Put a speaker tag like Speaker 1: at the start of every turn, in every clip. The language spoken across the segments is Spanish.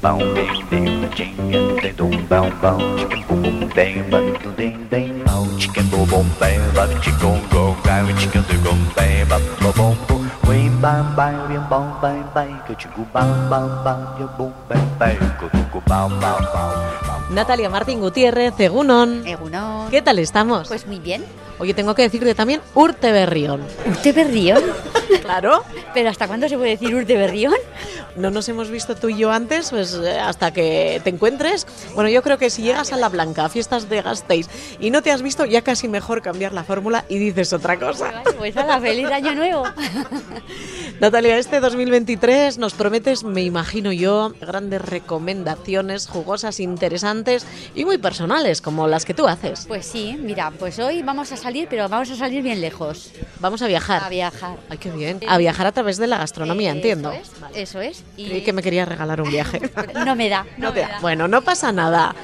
Speaker 1: Boom, bing, bing, ba, ching, and da, dum, bow, bow, chicken, boom, boom, bang, ba, do, ding, ding, bow, chicken, boom, boom, bang, ba, chicken, gong, gong, bang, chicken, da, gong, bang, ba, ba, boom, boom, way, bang, bang, way, bang, bang, bang, go, chicken, bang, bang, bang, ya, boom, bang, bang, go, go, go, bow, bow, bow, bow.
Speaker 2: Natalia Martín Gutiérrez, Egunon.
Speaker 3: Egunon.
Speaker 2: ¿Qué tal estamos?
Speaker 3: Pues muy bien.
Speaker 2: Oye, tengo que decirte también Urte Berrión.
Speaker 3: ¿Urte Berrión?
Speaker 2: Claro.
Speaker 3: ¿Pero hasta cuándo se puede decir Urte Berrión?
Speaker 2: No nos hemos visto tú y yo antes, pues eh, hasta que te encuentres. Bueno, yo creo que si llegas a La Blanca, a fiestas de Gasteiz, y no te has visto, ya casi mejor cambiar la fórmula y dices otra cosa.
Speaker 3: Pues a la feliz año nuevo.
Speaker 2: Natalia, este 2023 nos prometes, me imagino yo, grandes recomendaciones jugosas, interesantes y muy personales, como las que tú haces.
Speaker 3: Pues sí, mira, pues hoy vamos a salir, pero vamos a salir bien lejos.
Speaker 2: Vamos a viajar.
Speaker 3: A viajar.
Speaker 2: Ay, qué bien. A viajar a través de la gastronomía,
Speaker 3: Eh,
Speaker 2: entiendo.
Speaker 3: Eso es. eso es. Y
Speaker 2: Creí que me querías regalar un viaje.
Speaker 3: No me da.
Speaker 2: No
Speaker 3: no
Speaker 2: te
Speaker 3: me
Speaker 2: da.
Speaker 3: da.
Speaker 2: Bueno, no pasa nada.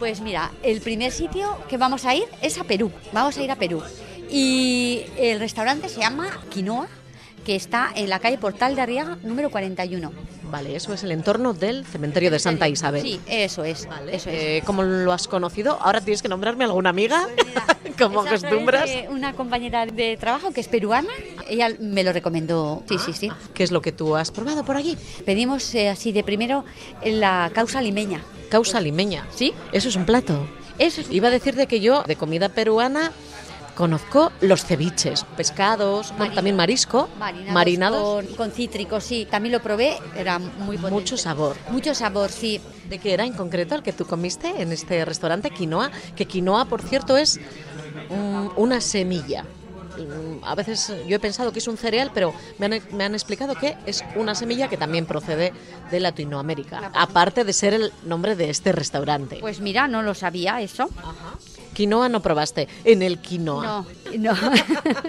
Speaker 3: Pues mira, el primer sitio que vamos a ir es a Perú. Vamos a ir a Perú. Y el restaurante se llama Quinoa, que está en la calle Portal de Arriaga, número 41.
Speaker 2: Vale, eso es el entorno del cementerio de Santa Isabel.
Speaker 3: Sí, eso es. Eso es.
Speaker 2: Eh, ¿Cómo lo has conocido? Ahora tienes que nombrarme alguna amiga, como
Speaker 3: Es a través
Speaker 2: acostumbras.
Speaker 3: de Una compañera de trabajo que es peruana, ella me lo recomendó. Sí, sí, sí.
Speaker 2: ¿Qué es lo que tú has probado por allí?
Speaker 3: Pedimos eh, así de primero la causa limeña.
Speaker 2: Causa limeña.
Speaker 3: ¿Sí?
Speaker 2: Eso es un plato.
Speaker 3: Eso es
Speaker 2: Iba a decirte que yo, de comida peruana, conozco los ceviches, pescados, bueno,
Speaker 3: Marina-
Speaker 2: también marisco,
Speaker 3: marinados,
Speaker 2: marinados,
Speaker 3: Con, con cítricos, sí. También lo probé, era muy potente.
Speaker 2: mucho sabor.
Speaker 3: Mucho sabor, sí.
Speaker 2: ¿De qué era en concreto el que tú comiste en este restaurante quinoa? Que quinoa, por cierto, es mm, una semilla. Mm, A veces yo he pensado que es un cereal, pero me han, me han explicado que es una semilla que también procede de Latinoamérica, aparte de ser el nombre de este restaurante.
Speaker 3: Pues mira, no lo sabía eso.
Speaker 2: Ah. Quinoa no probaste, en el quinoa.
Speaker 3: No, no.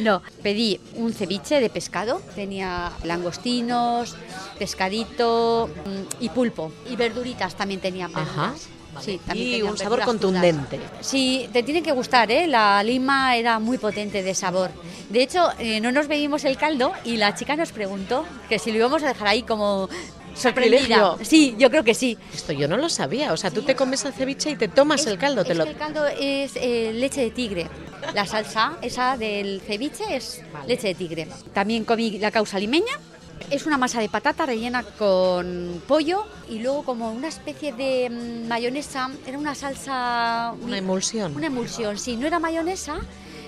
Speaker 3: No, pedí un ceviche de pescado, tenía langostinos, pescadito mm, y pulpo. Y verduritas también tenía.
Speaker 2: Ajá.
Speaker 3: verduras.
Speaker 2: vale.
Speaker 3: Sí, también
Speaker 2: y
Speaker 3: tenían
Speaker 2: un sabor
Speaker 3: verduras
Speaker 2: contundente.
Speaker 3: crudas. Sí, te tiene que gustar, ¿eh? La lima era muy potente de sabor. De hecho, eh, no nos bebimos el caldo y la chica nos preguntó que si lo íbamos a dejar ahí como sorprendida.
Speaker 2: Sacrilegio.
Speaker 3: Sí, yo creo que sí.
Speaker 2: Esto yo no lo sabía. O sea, tú te comes el ceviche y te tomas
Speaker 3: Es-
Speaker 2: el caldo. Te
Speaker 3: es
Speaker 2: lo...
Speaker 3: que el caldo es eh, leche de tigre. La salsa esa del ceviche es
Speaker 2: Vale.
Speaker 3: leche de tigre. También comí la causa limeña. Es una masa de patata rellena con pollo y luego como una especie de mm, mayonesa. Era una salsa...
Speaker 2: Una emulsión.
Speaker 3: Una emulsión, sí. No era mayonesa,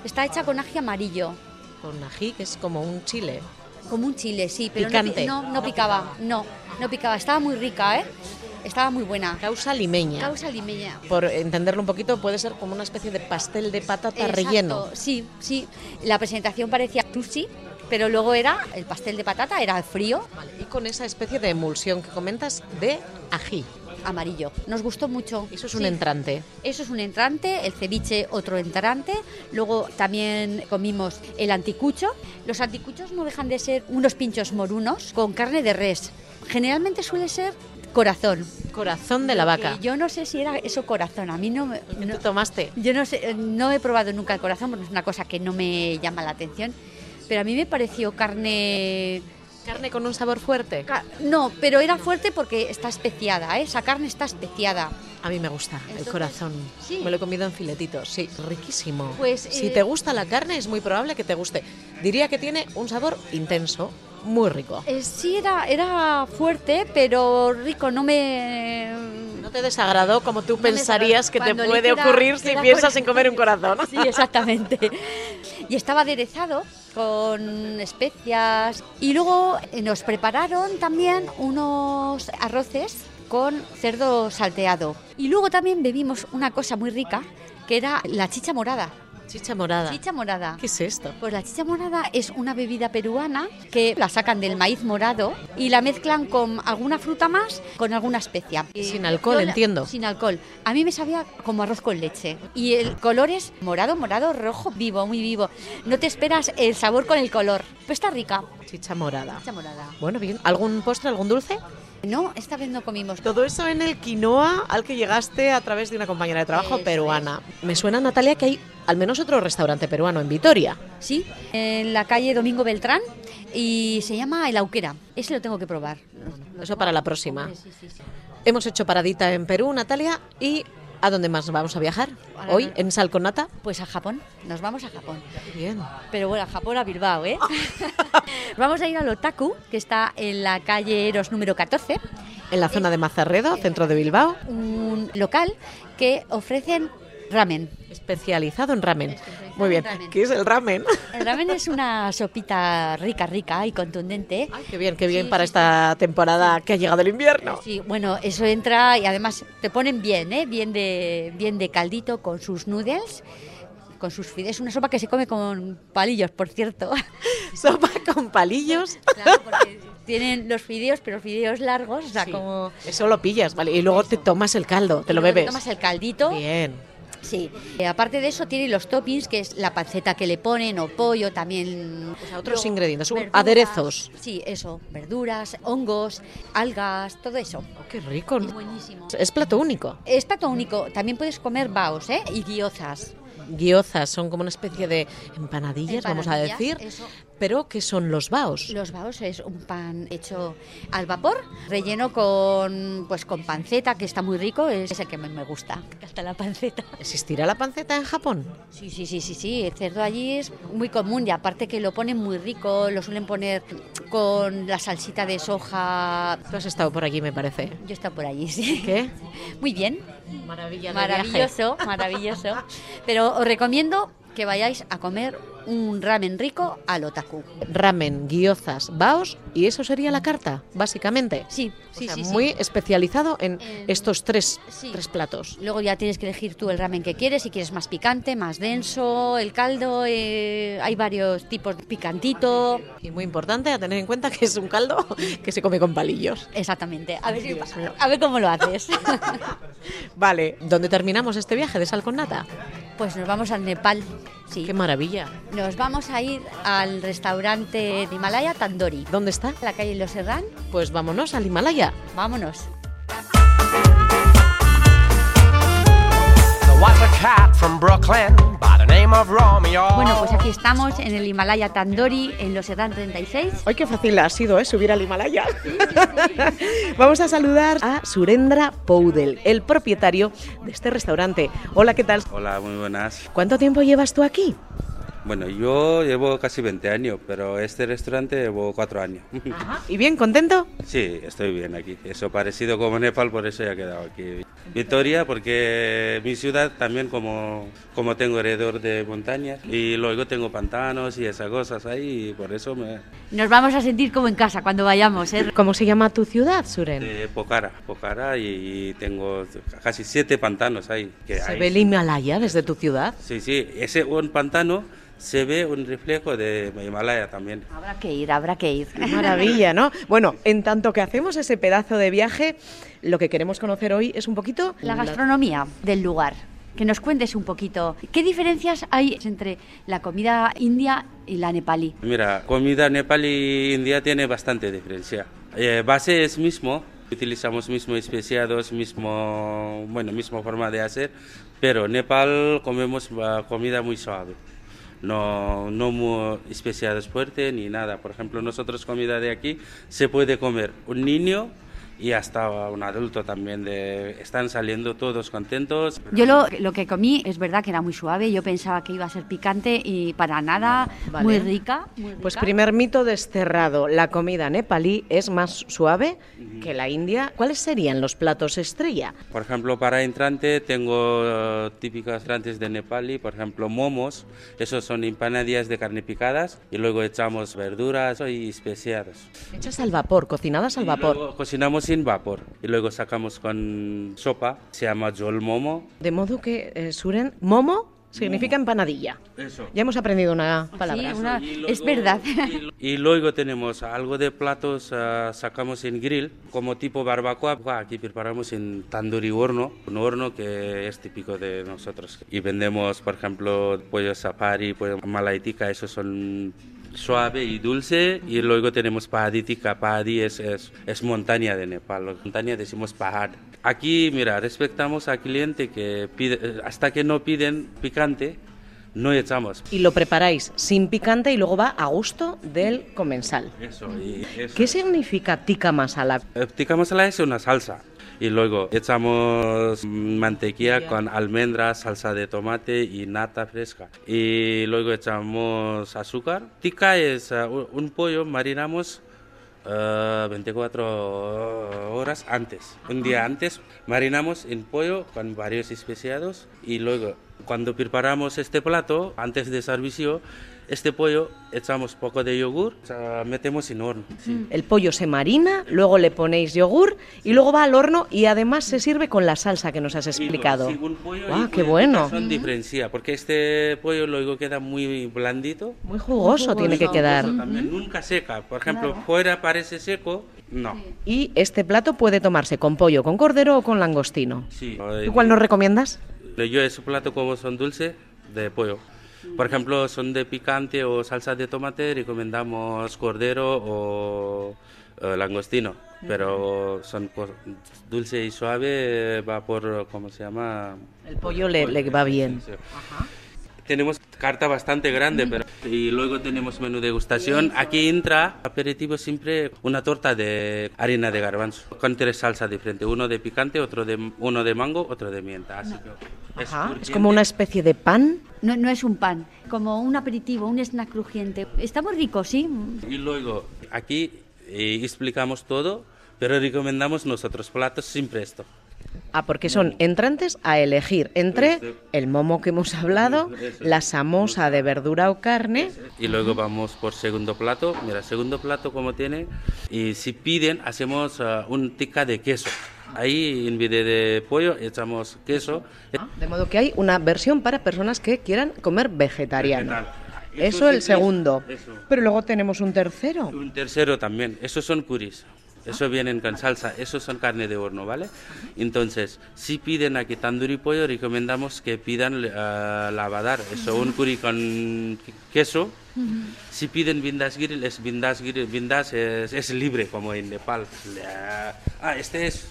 Speaker 3: está hecha con ají amarillo.
Speaker 2: Con ají, que es como un chile.
Speaker 3: Como un chile, sí, pero no pi-
Speaker 2: Picante.
Speaker 3: No, no, picaba, no, no picaba. Estaba muy rica, ¿eh? Estaba muy buena.
Speaker 2: Causa limeña.
Speaker 3: Causa limeña.
Speaker 2: por entenderlo un poquito, puede ser como una especie de pastel de patata
Speaker 3: Exacto,
Speaker 2: relleno.
Speaker 3: Sí, sí. La presentación parecía sushi, pero luego era el pastel de patata, era frío,
Speaker 2: Vale, y con esa especie de emulsión que comentas de ají.
Speaker 3: amarillo. Nos gustó mucho.
Speaker 2: Eso es un
Speaker 3: Sí.
Speaker 2: entrante.
Speaker 3: Eso es un entrante, el ceviche otro entrante, luego también comimos el anticucho. Los anticuchos no dejan de ser unos pinchos morunos con carne de res. Generalmente suele ser corazón.
Speaker 2: Corazón de la vaca.
Speaker 3: Que yo no sé si era eso corazón, a mí no me...
Speaker 2: ¿Qué
Speaker 3: no-
Speaker 2: tú tomaste?
Speaker 3: Yo no sé, no he probado nunca el corazón, porque es una cosa que no me llama la atención, pero a mí me pareció carne...
Speaker 2: Carne con un sabor fuerte.
Speaker 3: ca- No, pero era fuerte porque está especiada, ¿eh? esa carne está especiada.
Speaker 2: A mí me gusta el
Speaker 3: Entonces,
Speaker 2: corazón.
Speaker 3: sí.
Speaker 2: Me lo he comido en filetitos. Sí, riquísimo.
Speaker 3: Pues,
Speaker 2: si
Speaker 3: eh,
Speaker 2: te gusta la carne, es muy probable que te guste. Diría que tiene un sabor intenso, muy rico.
Speaker 3: Eh, sí, era, era fuerte, pero rico, no me...
Speaker 2: No te desagradó como tú
Speaker 3: no me
Speaker 2: pensarías
Speaker 3: sabrá-
Speaker 2: que te
Speaker 3: cuando le
Speaker 2: puede
Speaker 3: queda-
Speaker 2: ocurrir si
Speaker 3: queda
Speaker 2: piensas
Speaker 3: corazón.
Speaker 2: en comer un corazón.
Speaker 3: Sí, exactamente. Y estaba aderezado con especias. Y luego eh, nos prepararon también unos arroces con cerdo salteado. Y luego también bebimos una cosa muy rica, que era la chicha morada.
Speaker 2: Chicha morada.
Speaker 3: Chicha morada.
Speaker 2: Ah. ¿Qué es esto?
Speaker 3: Pues la chicha morada es una bebida peruana que la sacan del maíz morado y la mezclan con alguna fruta más, con alguna especia.
Speaker 2: Sin alcohol,
Speaker 3: Yo la-
Speaker 2: entiendo.
Speaker 3: Sin alcohol. A mí me sabía como arroz con leche. Y el color es morado, morado, rojo, vivo, muy vivo. No te esperas el sabor con el color. Pero está rica.
Speaker 2: Chicha morada.
Speaker 3: Chicha morada.
Speaker 2: Bueno, bien. ¿Algún postre, algún dulce?
Speaker 3: No, esta vez no comimos.
Speaker 2: Todo eso en el quinoa al que llegaste a través de una compañera de trabajo
Speaker 3: Eso
Speaker 2: peruana. Me suena, Natalia, que hay al menos otro restaurante peruano en Vitoria.
Speaker 3: Sí, en la calle Domingo Beltrán y se llama el auquera. Ese lo tengo que probar. Lo- lo
Speaker 2: Eso
Speaker 3: tengo-
Speaker 2: para la próxima.
Speaker 3: Sí, sí, sí.
Speaker 2: Hemos hecho paradita en Perú, Natalia, y ¿a dónde más vamos a viajar?
Speaker 3: Ahora
Speaker 2: Hoy,
Speaker 3: no.
Speaker 2: en Salconata.
Speaker 3: Pues a Japón, nos vamos a Japón.
Speaker 2: Bien.
Speaker 3: Pero bueno, a Japón a Bilbao, ¿eh? vamos a ir al Otaku, que está en la calle Eros número 14,
Speaker 2: En la zona de Mazarredo, centro de Bilbao,
Speaker 3: un local que ofrecen ramen.
Speaker 2: especializado en ramen.
Speaker 3: Especializado
Speaker 2: Muy bien.
Speaker 3: en ramen.
Speaker 2: ¿Qué es el ramen?
Speaker 3: El ramen es una sopita rica, rica y contundente.
Speaker 2: Ay, qué bien, qué bien
Speaker 3: Sí,
Speaker 2: para
Speaker 3: sí,
Speaker 2: esta temporada que ha llegado el invierno.
Speaker 3: Sí, bueno, eso entra y además te ponen bien, ¿eh? Bien de, bien de caldito con sus noodles, con sus fideos. Es una sopa que se come con palillos, por cierto.
Speaker 2: Sopa con palillos.
Speaker 3: Claro, porque tienen los fideos, pero fideos largos, o sea,
Speaker 2: Sí.
Speaker 3: como...
Speaker 2: Eso lo pillas, ¿vale? Y luego te tomas el caldo, te lo
Speaker 3: Y luego
Speaker 2: bebes.
Speaker 3: Tomas el caldito.
Speaker 2: Bien.
Speaker 3: Sí. Eh, aparte de eso, tienen los toppings, que es la panceta que le ponen, o pollo, también.
Speaker 2: O sea, otros ingredientes, un- aderezos.
Speaker 3: Sí, eso. Verduras, hongos, algas, todo eso.
Speaker 2: Oh, qué rico. ¿no?
Speaker 3: Buenísimo.
Speaker 2: Es plato único.
Speaker 3: Es plato único. También puedes comer baos, ¿eh? Y guiozas.
Speaker 2: Guiozas son como una especie de empanadillas, vamos a
Speaker 3: Empanadillas,
Speaker 2: decir.
Speaker 3: eso.
Speaker 2: Pero ¿qué son los baos?
Speaker 3: Los baos es un pan hecho al vapor, relleno con pues con panceta, que está muy rico, es es el que me me gusta. Hasta la panceta.
Speaker 2: ¿Existirá la panceta en Japón?
Speaker 3: Sí, sí, sí, sí, sí, el cerdo allí es muy común y aparte que lo ponen muy rico, lo suelen poner con la salsita de soja.
Speaker 2: Tú has estado por aquí, me parece.
Speaker 3: Yo está por allí, sí.
Speaker 2: ¿Qué?
Speaker 3: Muy bien,
Speaker 2: Maravilla
Speaker 3: maravilloso, maravilloso. Pero os recomiendo que vayáis a comer un ramen rico al otaku.
Speaker 2: Ramen, guiozas, baos y eso sería la carta, básicamente.
Speaker 3: Sí,
Speaker 2: O
Speaker 3: sí,
Speaker 2: sea,
Speaker 3: sí, sí.
Speaker 2: muy especializado en,
Speaker 3: En-
Speaker 2: estos tres,
Speaker 3: sí.
Speaker 2: tres platos.
Speaker 3: Luego ya tienes que elegir tú el ramen que quieres, si quieres más picante, más denso, el caldo, eh, hay varios tipos, picantito.
Speaker 2: Y muy importante a tener en cuenta que es un caldo que se come con palillos.
Speaker 3: Exactamente, a ver, si-
Speaker 2: Dios mío.
Speaker 3: a ver cómo lo haces.
Speaker 2: Vale, ¿dónde terminamos este viaje de sal con nata?
Speaker 3: Pues nos vamos al Nepal. Sí.
Speaker 2: ¡Qué maravilla!
Speaker 3: Nos vamos a ir al restaurante de Himalaya Tandori.
Speaker 2: ¿Dónde está?
Speaker 3: La calle Los Herrán.
Speaker 2: Pues vámonos al Himalaya.
Speaker 3: Vámonos.
Speaker 4: There was a cat from Brooklyn by the name of Romeo.
Speaker 3: Bueno, pues aquí estamos en el Himalaya Tandori, en Los Herrán 36.
Speaker 2: ¡Ay, qué fácil ha sido, ¿eh? Subir al Himalaya. Vamos a saludar a Surendra Poudel, el propietario de este restaurante. Hola, ¿qué tal?
Speaker 5: Hola, muy buenas.
Speaker 2: ¿Cuánto tiempo llevas tú aquí?
Speaker 5: Bueno, yo llevo casi 20 años, pero este restaurante llevo 4 años.
Speaker 2: ¿Y bien, contento?
Speaker 5: sí, estoy bien aquí. Eso parecido como Nepal, por eso ya he quedado aquí. Victoria, porque mi ciudad también como, como tengo heredor de montañas y luego tengo pantanos y esas cosas ahí y por eso me...
Speaker 3: Nos vamos a sentir como en casa cuando vayamos, ¿eh?
Speaker 2: ¿Cómo se llama tu ciudad, Suren?
Speaker 5: de eh, Pokhara, Pokhara y, tengo casi 7 pantanos Eh, ahí. Que
Speaker 2: ¿Se
Speaker 5: hay-
Speaker 2: ve el Himalaya desde tu ciudad?
Speaker 5: Sí, sí, ese un pantano se ve un reflejo de Himalaya también.
Speaker 3: Habrá que ir, habrá que ir.
Speaker 2: Maravilla, ¿no? Bueno, en tanto que hacemos ese pedazo de viaje, lo que queremos conocer hoy es un poquito...
Speaker 3: La gastronomía del lugar. Que nos cuentes un poquito, ¿qué diferencias hay entre la comida india y la nepalí?
Speaker 5: Mira, comida nepalí e india tiene bastante diferencia. Eh, base es mismo, utilizamos mismo especiados, mismo, bueno, misma forma de hacer, pero Nepal comemos ah, comida muy suave. No, no muy especiados fuerte ni nada. Por ejemplo, nosotros comida de aquí se puede comer un niño y hasta un adulto también. De, están saliendo todos contentos.
Speaker 3: Yo lo, lo que comí es verdad que era muy suave, yo pensaba que iba a ser picante y para nada,
Speaker 2: Vale.
Speaker 3: muy rica. muy
Speaker 2: Pues
Speaker 3: rica.
Speaker 2: primer mito desterrado, la comida nepalí es más suave que la india. ¿Cuáles serían los platos estrella?
Speaker 5: Por ejemplo, para entrante tengo eh, típicos entrantes de Nepali, por ejemplo, momos, esos son empanadillas de carne picadas y luego echamos verduras y especiados.
Speaker 2: Hechas al vapor, cocinadas al
Speaker 5: Y
Speaker 2: vapor.
Speaker 5: luego cocinamos sin vapor y luego sacamos con sopa, se llama jol momo.
Speaker 2: De modo que, eh, Suren, momo significa empanadilla.
Speaker 5: Eso.
Speaker 2: Ya hemos aprendido una palabra.
Speaker 3: Sí, una- es verdad.
Speaker 5: Y luego tenemos algo de platos, ah, sacamos en grill, como tipo barbacoa. Ah, Aquí preparamos en tandoori horno, un horno que es típico de nosotros. Y vendemos, por ejemplo, pollo safari, pollo malaitica, esos son suave y dulce. Y luego tenemos pahaditica, pahadi es, es, es montaña de Nepal, la montaña decimos pahad. Aquí, mira, respetamos al cliente que pide, eh, hasta que no piden picante, no echamos.
Speaker 2: Y lo preparáis sin picante y luego va a gusto del comensal.
Speaker 5: Eso, y eso.
Speaker 2: ¿Qué significa tikka masala?
Speaker 5: Eh, tikka masala es una salsa. Y luego echamos mantequilla con almendras, salsa de tomate y nata fresca. Y luego echamos azúcar. Tikka es eh, un un pollo, marinamos eh, 24 horas antes. Un día antes marinamos el pollo con varios especiados. Y luego cuando preparamos este plato, antes de servicio, este pollo echamos poco de yogur, eh, metemos en horno.
Speaker 2: El pollo se marina, luego le ponéis yogur y luego va al horno y además se sirve con la salsa que nos has explicado.
Speaker 5: Sí, un pollo
Speaker 2: ¡Guau,
Speaker 5: y
Speaker 2: qué
Speaker 5: pollo
Speaker 2: bueno!
Speaker 5: Son diferencia, porque este pollo luego queda muy blandito.
Speaker 2: Muy jugoso tiene que quedar.
Speaker 5: Eso también nunca seca. Por ejemplo, fuera parece seco, no.
Speaker 2: Y este plato puede tomarse con pollo, con cordero o con langostino.
Speaker 5: Sí.
Speaker 2: ¿Tú cuál nos recomiendas?
Speaker 5: Yo ese plato como son dulce de pollo. Por ejemplo, son de picante o salsa de tomate, recomendamos cordero o eh, langostino. Pero son co- dulce y suave, eh, va por, ¿cómo se llama?
Speaker 2: El pollo le, le va bien.
Speaker 5: Sí. Tenemos carta bastante grande, pero y luego tenemos menú degustación. Aquí entra aperitivo siempre una torta de harina de garbanzo con tres salsas diferentes, uno de picante, otro de uno de mango, otro de mienta. Así que es
Speaker 2: Ajá, Es
Speaker 5: crujiente.
Speaker 2: como una especie de pan.
Speaker 3: No, no es un pan, como un aperitivo, un snack crujiente. Está muy rico, sí.
Speaker 5: Y luego aquí eh, explicamos todo, pero recomendamos nuestros platos siempre esto.
Speaker 2: Ah, porque son entrantes a elegir
Speaker 5: Este.
Speaker 2: entre el momo que hemos hablado, la samosa de verdura o carne.
Speaker 5: Y luego vamos por segundo plato. Mira, segundo plato como tiene. Y si piden, hacemos ah, un tica de queso. Ahí en vez de pollo echamos queso.
Speaker 2: De modo que hay una versión para personas que quieran comer vegetariano.
Speaker 5: Vegetal. Eso
Speaker 2: Eso el
Speaker 5: sí que es-
Speaker 2: segundo.
Speaker 5: eso.
Speaker 2: Pero luego tenemos un tercero.
Speaker 5: Un tercero también. Esos son curis. Eso vienen con salsa. Esos son carne de horno, ¿vale? Entonces, si piden aquí tandoori pollo, recomendamos que pidan ah, lavadar. Eso, un curry con queso. Si piden vindas grill, es vindas grill. Vindas es, es libre, como en Nepal. Ah, este es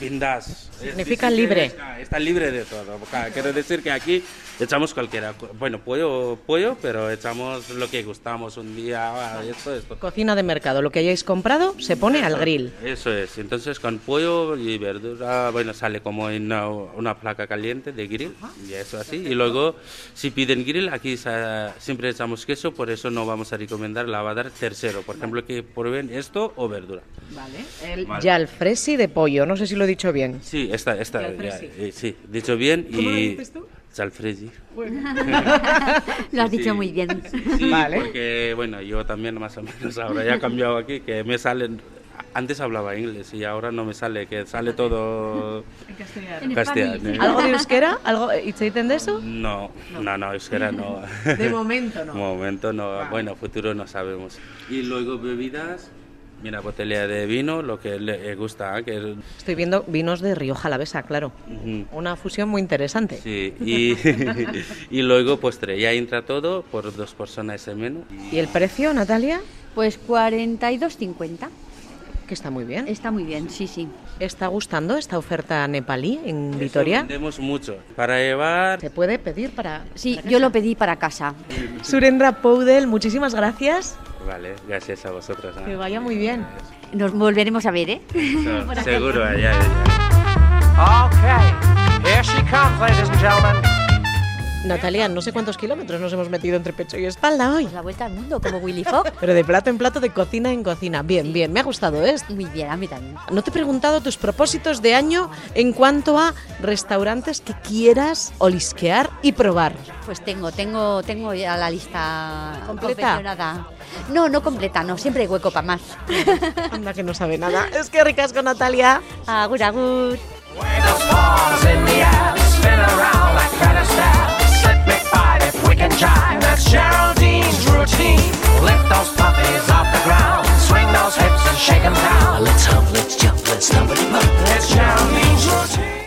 Speaker 5: vindas. Es-
Speaker 2: Significa
Speaker 5: dicen que
Speaker 2: libre.
Speaker 5: es- Ah, Está libre de todo. Ca- Quiero decir que aquí echamos cualquiera. co- Bueno, pollo, pollo, pero echamos lo que gustamos un día, ah, esto, esto.
Speaker 2: Cocina de mercado, lo que hayáis comprado se pone al grill.
Speaker 5: Eso es. Entonces con pollo y verdura, bueno, sale como en una, una placa caliente de grill y eso así. Y luego si piden grill, aquí sa- siempre echamos queso, por eso no vamos a recomendar lavadar tercero. Por ejemplo, que prueben esto o verdura.
Speaker 2: El
Speaker 5: Vale.
Speaker 2: Jalfresi de pollo, no sé si lo he dicho bien.
Speaker 5: Sí, esta, esta, ya, eh, sí, dicho bien y... Salfresi.
Speaker 3: Lo has
Speaker 5: Sí,
Speaker 3: dicho
Speaker 5: sí.
Speaker 3: muy bien.
Speaker 5: Sí,
Speaker 2: Vale.
Speaker 5: porque bueno, yo también más o menos ahora ya he cambiado aquí, que me salen... Antes hablaba inglés y ahora no me sale, que sale todo...
Speaker 3: En
Speaker 5: Castellano.
Speaker 3: España.
Speaker 2: ¿Algo de euskera? ¿Algo eh, itzaiten de eso?
Speaker 5: No, no, no, euskera no.
Speaker 2: De momento no.
Speaker 5: Momento no, bueno, futuro no sabemos. Y luego bebidas, mira, botella de vino, lo que le gusta, ¿eh? que...
Speaker 2: Estoy viendo vinos de Rioja Alavesa, claro.
Speaker 5: Ujú.
Speaker 2: Una fusión muy interesante.
Speaker 5: Sí, y, y luego postre, ya entra todo por dos personas ese menú.
Speaker 2: ¿Y el precio, Natalia?
Speaker 3: Pues 42.50.
Speaker 2: Que está muy bien.
Speaker 3: Está muy bien, sí, sí.
Speaker 2: ¿Está gustando esta oferta nepalí en
Speaker 5: Eso
Speaker 2: Vitoria?
Speaker 5: Vendemos mucho. Para llevar,
Speaker 2: Se puede pedir para...
Speaker 3: Sí, yo lo pedí para casa.
Speaker 2: Surendra Poudel, muchísimas gracias.
Speaker 5: Vale, gracias a vosotras. ¿eh?
Speaker 2: Que vaya muy bien.
Speaker 3: Nos volveremos a ver, ¿eh?
Speaker 5: Eso, Seguro, allá. allá.
Speaker 4: Okay, here she comes, ladies and gentlemen.
Speaker 2: Natalia, no sé cuántos kilómetros nos hemos metido entre pecho y espalda hoy.
Speaker 3: Pues la vuelta al mundo, como Willy Fox.
Speaker 2: Pero de plato en plato, de cocina en cocina. Bien, bien, me ha gustado esto.
Speaker 3: Muy bien, a mí también.
Speaker 2: No te he preguntado tus propósitos de año en cuanto a restaurantes que quieras olisquear y probar.
Speaker 3: Pues tengo, tengo, tengo ya la lista
Speaker 2: ¿Completa?
Speaker 3: confeccionada. No, no completa, no, siempre hay hueco para más.
Speaker 2: Anda que no sabe nada. Es que ricas con Natalia.
Speaker 3: Agur, agur.
Speaker 4: Balls in the air, spin around like Featherstep. Sit big five if we can jive. That's Geraldine's routine. Lift those puppies off the ground. Swing those hips and shake 'em down.
Speaker 6: Let's hump, let's jump, let's stumble it